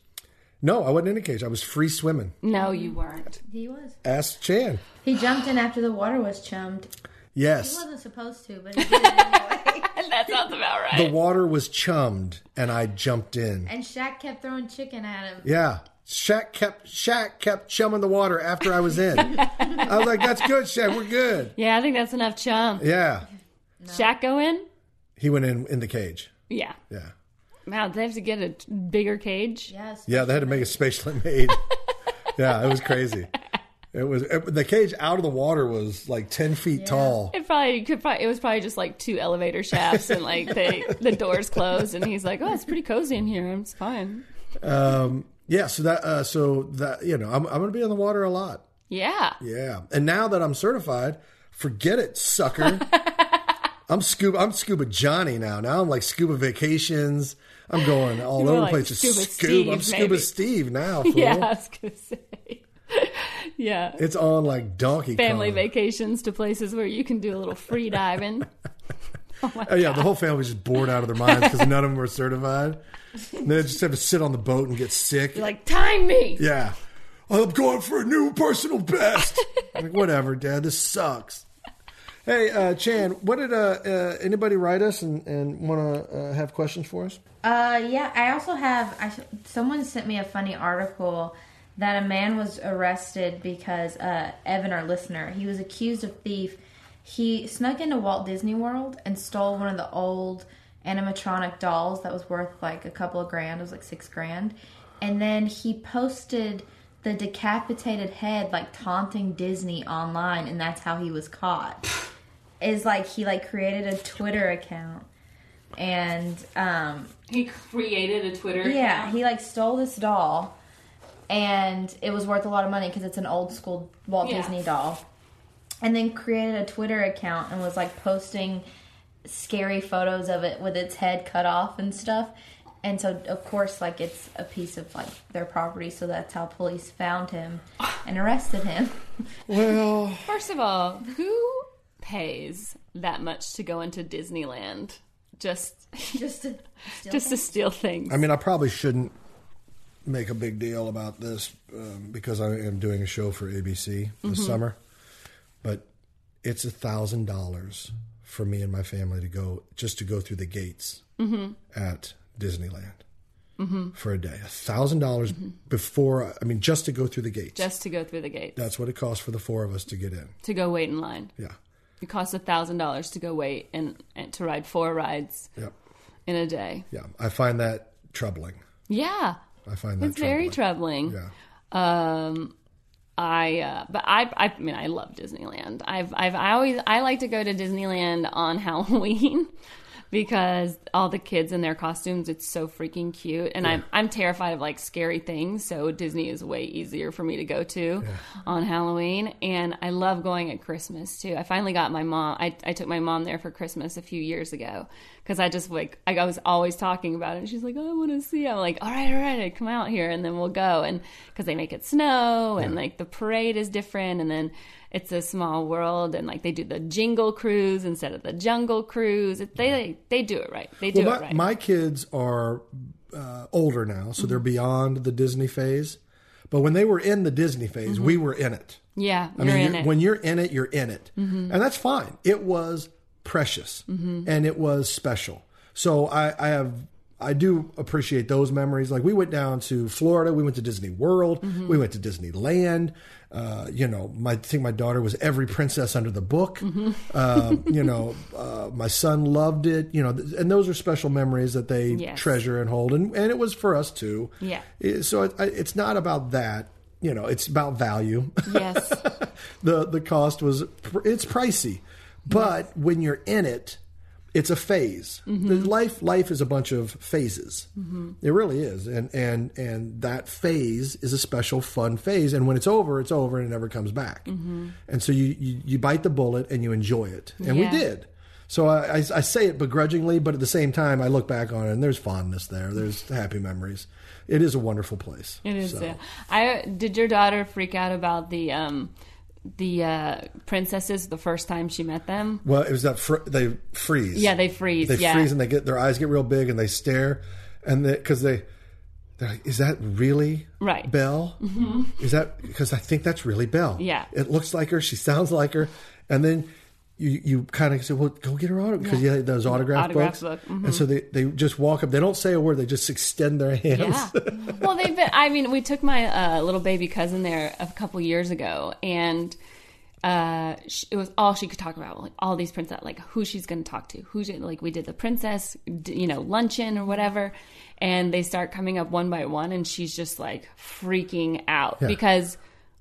No, I wasn't in a cage. I was free swimming.
No, you weren't.
he was.
Ask Chan.
He jumped in after the water was chummed. He
Yes,
wasn't supposed to, but he did it anyway.
That sounds about right.
the water was chummed, and I jumped in.
and Shaq kept throwing chicken at him.
Yeah. Shaq kept Shaq kept chumming the water after I was in. I was like, "That's good, Shaq. We're good."
Yeah, I think that's enough chum.
Yeah.
Shaq go in?
He went in in the cage.
Yeah.
Yeah.
Wow, they have to get a t- bigger cage.
Yes.
Yeah, they had to make it spatially made. yeah, it was crazy. It was it, the cage out of the water was like ten feet tall.
It probably could. Probably, it was probably just like two elevator shafts, and like they, the doors closed, and he's like, "Oh, it's pretty cozy in here. It's fine."
Um, yeah, so that uh, so that you know, I'm I'm gonna be in the water a lot.
Yeah,
Yeah, and now that I'm certified, forget it, sucker. I'm scuba. I'm scuba Johnny now. Now I'm like scuba vacations. I'm going all
were
over
like
the place. Just
Scuba
scuba.
Steve,
I'm scuba
maybe.
Steve now. Fool.
yeah. I was gonna say, yeah,
It's on like Donkey
family
Kong.
vacations to places where you can do a little free diving.
Oh, yeah, the whole family's just bored out of their minds because none of them are certified. And they just have to sit on the boat and get sick.
You're like, time me.
yeah. I'm going for a new personal best. I'm like, whatever, Dad, this sucks. Hey, uh, Chan, what did uh, uh, anybody write us and, and want to uh, have questions for us?
Uh, yeah. I also have. I, someone sent me a funny article that a man was arrested because uh, Evan, our listener, he was accused of thief. He snuck into Walt Disney World and stole one of the old animatronic dolls that was worth like a couple of grand. It was like six grand. And then he posted the decapitated head like taunting Disney online, and that's how he was caught. Is like he like created a Twitter account. And um,
He created a Twitter.
yeah, he like stole this doll, and it was worth a lot of money because it's an old school Walt
Yeah.
Disney doll. And then created a Twitter account and was like posting scary photos of it with its head cut off and stuff. And so, of course, like it's a piece of like their property, so that's how police found him and arrested him.
Well,
First of all, who pays that much to go into Disneyland just
Just to steal
just to steal things?
I mean, I probably shouldn't make a big deal about this um, because I am doing a show for ABC
Mm-hmm.
this summer, but it's a thousand dollars for me and my family to go just to go through the gates
Mm-hmm.
at Disneyland for a day. A thousand dollars before, I mean, just to go through the gates.
Mm-hmm. just to go through the gate,
That's what it costs for the four of us to get in.
to go wait in line.
Yeah.
It costs a thousand dollars to go wait and, and to ride four rides
Yep.
in a day.
Yeah. I find that troubling.
Yeah,
I find that
it's very troubling.
Yeah.
Um, I uh, but I I mean I love Disneyland. I've I've I always I like to go to Disneyland on Halloween because all the kids in their costumes it's so freaking cute and I'm I'm terrified of like scary things so Disney is way easier for me to go to on Halloween and I love going at Christmas too. I finally got my mom I I took my mom there for Christmas a few years ago cuz I just like I was always talking about it and she's like "Oh, I want to see. I'm like all right all right come out here and then we'll go and cuz they make it snow and like the parade is different and then it's a small world and like they do the jingle cruise instead of the jungle cruise it, they, they do it right they do it
Well, my,
right Mm-hmm.
my kids are uh, older now, so they're beyond the Disney phase. But when they were in the Disney phase,
Mm-hmm.
we were in it.
yeah
I
you're in
mean, you're-
it Mm-hmm.
when you're in it, you're in it, and that's fine. It was precious and it was special. So I, I have. I do appreciate those memories. Like we went down to Florida, we went to Disney World,
Mm-hmm.
we went to Disneyland. Uh, you know, my, I think my daughter was every princess under the book.
Mm-hmm.
Um, you know, uh, my son loved it. You know, th- and those are special memories that they
Yes.
treasure and hold. And, and it was for us too.
Yeah.
It- So it, I- it's not about that. You know, it's about value.
yes
the the cost was pr- it's pricey, but when you're in it, it's a phase.
Mm-hmm.
The Life life is a bunch of phases. It really is, and and and that phase is a special fun phase. And when it's over, it's over, and it never comes back.
Mm-hmm.
And so you, you you bite the bullet and you enjoy it, and
Yeah.
we did. So I, I, I say it begrudgingly, but at the same time, I look back on it and there's fondness there. There's happy memories. It is a wonderful place.
It is.
So-
yeah. I did your daughter freak out about the um the uh princesses the first time she met them?
Well, it was that fr- they freeze.
Yeah, they freeze.
They
yeah.
freeze and they get their eyes get real big and they stare, and because they, they are like, is that really
Right.
Belle? Mm-hmm. Is that because I think that's really Belle?
Yeah.
it looks like her. She sounds like her, and then. You, you kind of say, well, go get her autograph because yeah. those autograph,
autograph
books,
book, mm-hmm.
and so they, they just walk up. They don't say a word. They just extend their hands.
Yeah. well, they've been. I mean, we took my uh, little baby cousin there a couple years ago, and uh, sh it was all she could talk about, like all these princess, like who she's going to talk to, who she, like we did the princess, d- you know, luncheon or whatever, and they start coming up one by one, and she's just like freaking out because.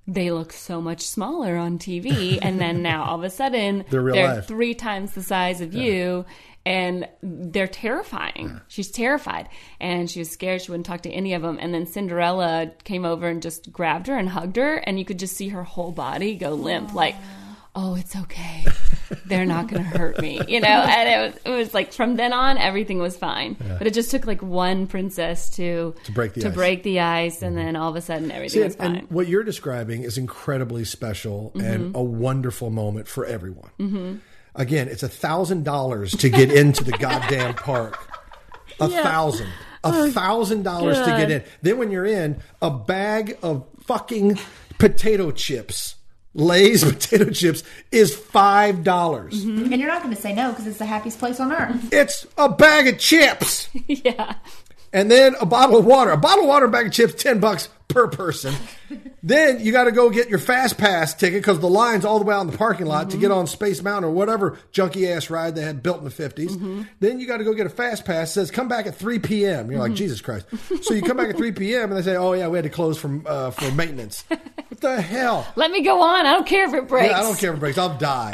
They look so much smaller on TV, and then now all of a sudden
They're real
they're
life.
three times the size of you and they're terrifying she's terrified and she was scared she wouldn't talk to any of them and then cinderella came over and just grabbed her and hugged her and you could just see her whole body go limp like oh it's okay they're not going to hurt me you know and it was, it was like from then on everything was fine but it just took like one princess to to
break the
to
ice. Mm-hmm.
break the ice and then all of a sudden everything
See,
was
and,
fine Mm-hmm.
and what you're describing is incredibly special and a wonderful moment for everyone. Again, it's a thousand dollars to get into the goddamn park. A thousand. A thousand dollars to get
Oh, God.
in. Then when you're in, a bag of fucking potato chips, Lay's potato chips, is five dollars.
Mm-hmm.
And you're not going to say no because it's the happiest place on earth.
It's a bag of chips.
yeah
and then a bottle of water. A bottle of water, and a bag of chips, ten bucks per person. then you got to go get your fast pass ticket because the line's all the way out in the parking lot to get on Space Mountain or whatever junky ass ride they had built in the 50s Then you got to go get a fast pass. Says come back at three p.m. You're like Jesus Christ. So you come back at three p.m. and they say, oh yeah, we had to close from uh, for maintenance. what the hell?
Let me go on. I don't care if it breaks.
I don't care if it breaks. I'll die.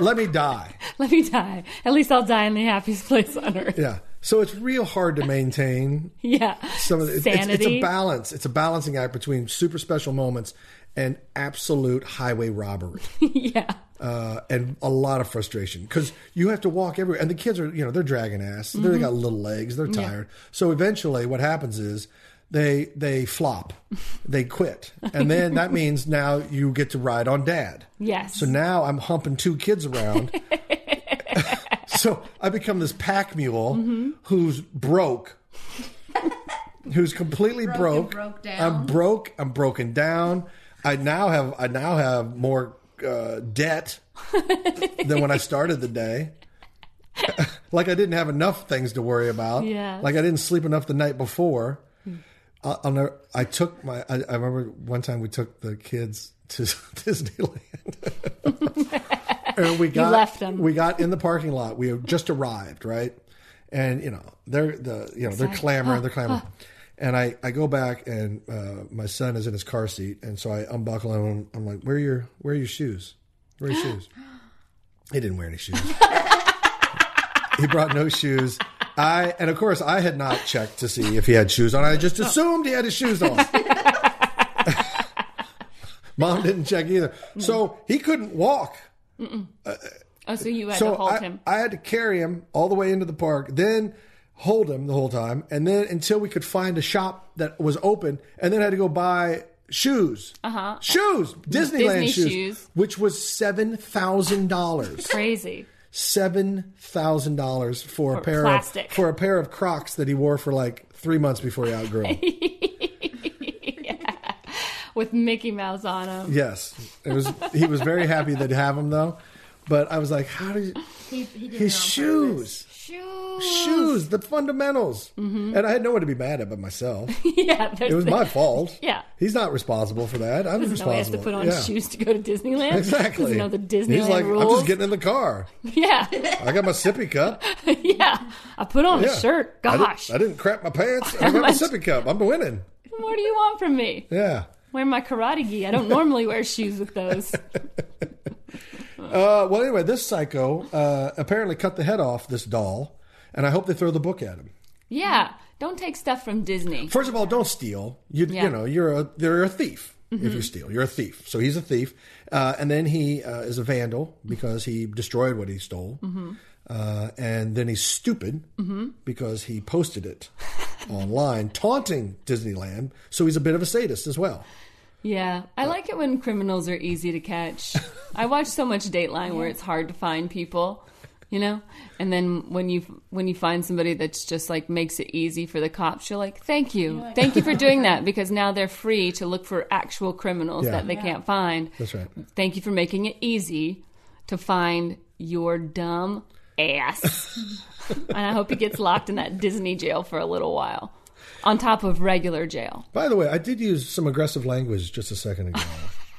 Let me die.
Let me die. At least I'll die in the happiest place on earth.
Yeah. So it's real hard to maintain
Yeah.
some of the, it's, it's, it's
Sanity.
a balance. It's a balancing act between super special moments and absolute highway robbery,
yeah.
uh, and a lot of frustration because you have to walk everywhere, and the kids are you know they're dragging ass, they got little legs, they're tired. So eventually, what happens is they they flop, they quit, and then that means now you get to ride on dad.
Yes.
So now I'm humping two kids around. so I become this pack mule who's broke, who's completely broke.
Broke and broke down.
I'm broke. I'm broken down. I now have I now have more uh, debt than when I started the day. like I didn't have enough things to worry about.
Yes.
Like I didn't sleep enough the night before.
Hmm.
I, I'll never, I took my. I, I remember one time we took the kids to Disneyland. and we got
left 'em.
We got in the parking lot. We had just arrived, right? And you know they're the you know they're clamoring, they're clamoring. And I, I go back and uh, my son is in his car seat, and so I unbuckle him. and I'm like, where are your where are your shoes? Where are your shoes? He didn't wear any shoes. he brought no shoes. I and of course I had not checked to see if he had shoes on. I just assumed he had his shoes on. Mom didn't check either, so he couldn't walk.
Oh, so you had
so
to hold
I,
him.
I had to carry him all the way into the park, then hold him the whole time, and then until we could find a shop that was open, and then had to go buy shoes, uh-huh. shoes, Disneyland
Disney
shoes,
shoes.
which was seven thousand dollars.
Crazy.
seven thousand dollars for a pair
plastic.
of for a pair of Crocs that he wore for like three months before he outgrew. 'em.
With Mickey Mouse on him.
yes, it was. He was very happy that would have them though, but I was like, how did
He, he did
his
it on
shoes?
purpose.
Shoot.
Shoes, the fundamentals,
Mm-hmm.
and I had no one to be mad at but myself.
yeah.
It was my fault.
Yeah.
he's not responsible for that. I'm
No,
responsible.
he has to put on
Yeah.
shoes to go to Disneyland.
Exactly.
Doesn't know the Disneyland
He's like,
rules.
I'm just getting in the car.
Yeah,
I got my sippy cup.
yeah. I put on
Yeah.
a shirt.
I didn't-
Gosh,
I didn't crap my pants. I got my sippy cup. I'm winning.
what do you want from me?
Yeah.
Wear my karate gi. I don't normally wear shoes with those.
Uh, well, anyway, this psycho uh, apparently cut the head off this doll, and I hope they throw the book at him.
Yeah, don't take stuff from Disney.
First of all, don't steal. You,
Yeah.
you know, you're a you're a thief. If you steal, you're a thief. So he's a thief, uh, and then he uh, is a vandal because he destroyed what he stole, uh, and then he's stupid because he posted it online, taunting Disneyland. So he's a bit of a sadist as well.
Yeah, I like it when criminals are easy to catch. I watch so much Dateline where it's hard to find people, you know. And then when you when you find somebody that's just like makes it easy for the cops, you're like, "Thank you, thank you for doing that," because now they're free to look for actual criminals
Yeah.
that they can't find.
That's right.
Thank you for making it easy to find your dumb ass. and I hope he gets locked in that Disney jail for a little while, on top of regular jail.
By the way, I did use some aggressive language just a second ago.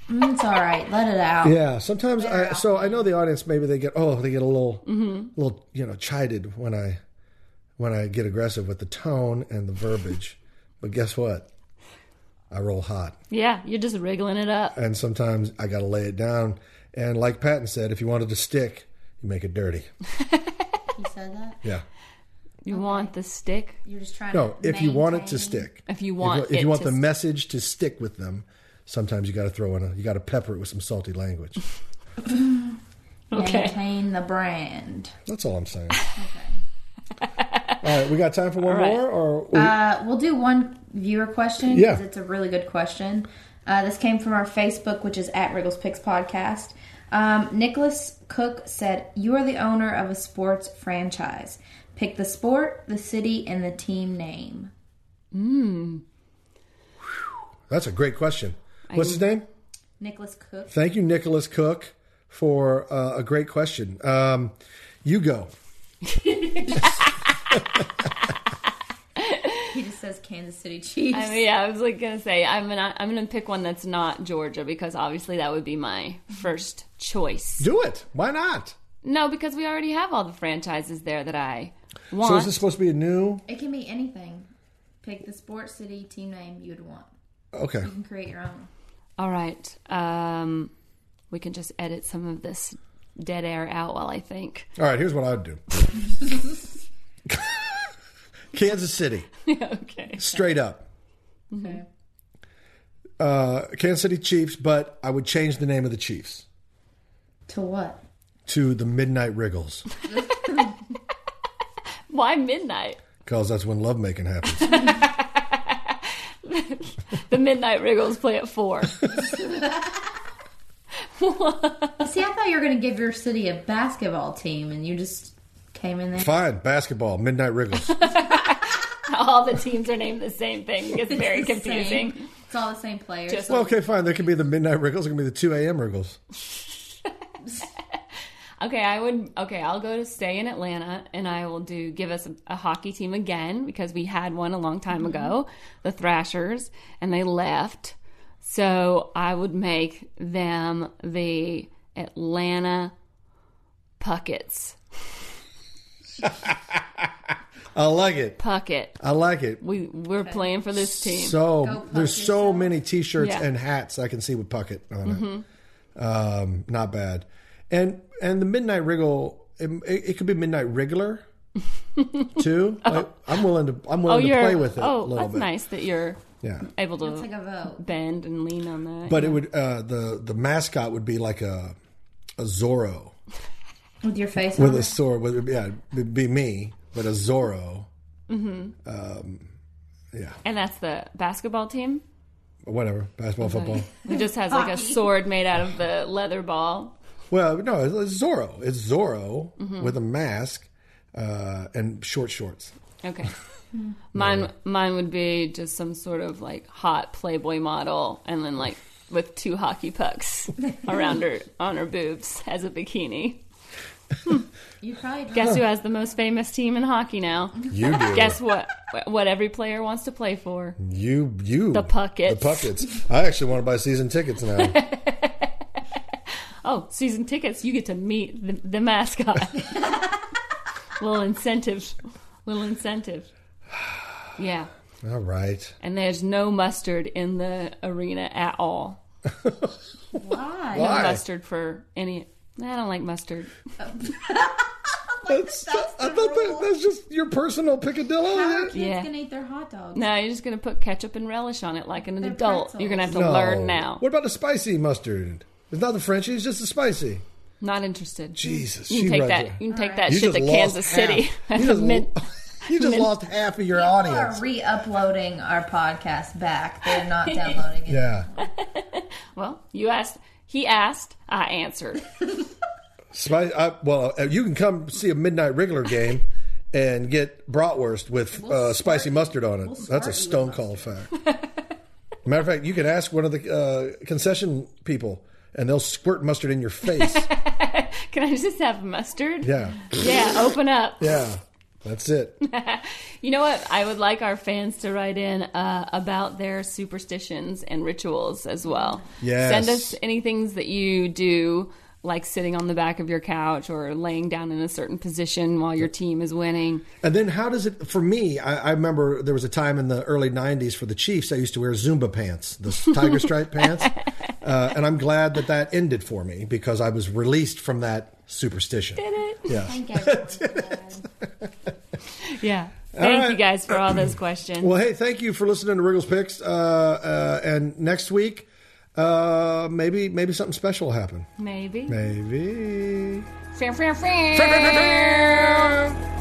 Mm, It's all right. Let it out.
Yeah, sometimes I. So I know the audience. Maybe they get oh, they get a little,
Mm-hmm.
little you know, chided when I, when I get aggressive with the tone and the verbiage. but guess what? I roll hot,
Yeah, you're just wriggling it up.
and sometimes I got to lay it down. And like Patton said, if you wanted to stick, you make it dirty.
He said that.
Yeah.
You want the stick?
You're just trying.
No,
to
if you want it to
maintain-
stick,
If you want
if
it
you want
to
the
s-
message to stick with them, sometimes you got to throw in a, you got to pepper it with some salty language.
Okay.
maintain the brand.
That's all I'm saying. All right, we got time for one
right.
more, or we-
Uh, we'll do one viewer question
Yeah.
because it's a really good question. Uh, this came from our Facebook, which is at Wriggles Picks Podcast. Um, Nicholas Cook said, "You are the owner of a sports franchise. Pick the sport, the city, and the team name."
That's a great question. What's his name?
Nicholas Cook.
Thank you, Nicholas Cook, for uh, a great question. Um, you go.
says Kansas City Chiefs.
I mean, yeah, I was like gonna say I'm gonna I'm gonna pick one that's not Georgia because obviously that would be my first choice.
Do it. Why not?
No, because we already have all the franchises there that I
So
want.
is this supposed to be a new?
It can be anything. Pick the sports city team name you'd want.
Okay.
You can create your own.
all right, um, we can just edit some of this dead air out while I think.
All right. Here's what I'd do. Kansas City,
okay.
straight up.
Mm-hmm.
Okay.
Uh, Kansas City Chiefs, but I would change the name of the Chiefs
To what?
to the Midnight Wriggles
Why midnight?
because that's when lovemaking happens.
The midnight wriggles play at four.
See, I thought you were going to give your city a basketball team, and you just came in there.
Fine. Basketball, Midnight Wriggles.
all the teams are named the same thing. It's very
It's the
confusing.
same. It's all the same players.
Just-
Well, okay, fine. There can be the Midnight Wriggles. It can be the 2 a.m. Wriggles.
Okay, I would. Okay, I'll go to stay in Atlanta, and I will do give us a, a hockey team again because we had one a long
Mm-hmm.
time ago, the Thrashers, and they left. So I would make them the Atlanta Puckets.
I like it.
Puckett.
I like it.
We we're playing for this team.
So
Go
there's
Puck
so
yourself.
many T-shirts
Yeah. Mm-hmm.
and hats I can see with Puckett on it. Um, not bad. And and the Midnight Wriggle, it, it could be Midnight Wriggler too. Like, I'm willing to I'm
oh,
willing to
you're
play with it a
oh,
little
that's
bit.
nice that you're
Yeah.
able to
It's like a vote.
bend and lean on that.
But it would uh, the the mascot would be like a a Zorro
With your face
with
on
a
it.
sword. With, yeah, it'd be me, but a Zorro. Mm-hmm. Um, yeah,
and that's the basketball team.
whatever. Basketball, football.
It just has like a
Hockey.
sword made out of the leather ball.
Well, no, it's- it's Zorro. It's Zorro with a mask uh, and short shorts.
Okay. mine mine would be just some sort of like hot Playboy model and then like with two hockey pucks around her on her boobs as a bikini.
You probably don't.
Guess who has the most famous team in hockey now?
You do.
Guess what what every player wants to play for?
you you the
Puckets.
The Puckets. I actually want to buy season tickets now.
Oh, season tickets, you get to meet the, the mascot. little incentive. Little incentive. Yeah.
All right.
And there's no mustard in the arena at all.
Why?
No
Why?
mustard for any. I don't like mustard.
That's, I thought that, that's just your personal
How are
picadillo.
kids
Yeah.
gonna eat their hot dogs?
No, you're just gonna put ketchup and relish on it like an
They're
adult.
pretzels.
You're gonna have to learn now.
What about the spicy mustard? It's not the Frenchie. It's just the spicy.
Not interested.
Jesus,
you
she
can take
right
that.
there.
You can
All
take
right.
that
You
shit
just
to
lost
Kansas
half.
City.
You just,
Mid-
you just
min-
lost half of your
People
audience.
are re-uploading our podcast back. They're not downloading it.
Yeah.
well, you asked. He asked. I answered.
Spice, I, well, uh, you can come see a midnight regular game and get bratwurst with uh,
squirt-
spicy mustard on it.
we'll
That's a
squirt you
stone
with
cold fact. Matter of fact, you can ask one of the uh, concession people, and they'll squirt mustard in your face.
Can I just have mustard?
yeah,
Yeah, Open up.
yeah, that's it.
You know what? I would like our fans to write in uh, about their superstitions and rituals as well.
Yes.
Send us any things that you do, like sitting on the back of your couch or laying down in a certain position while your team is winning.
And then, how does it? For me, I, I remember there was a time in the early '90s for the Chiefs. I used to wear Zumba pants, the tiger stripe pants, uh, and I'm glad that that ended for me because I was released from that superstition. Did it? Yes.
Thank everyone for that.
Yeah. Thank
right.
you guys for all those questions.
Well, hey, thank you for listening to Wriggles Picks. Uh, uh, and next week, uh, maybe maybe something special will happen.
Maybe.
Maybe.
Fran, fran, fran.
Bam, bam, bam, bam.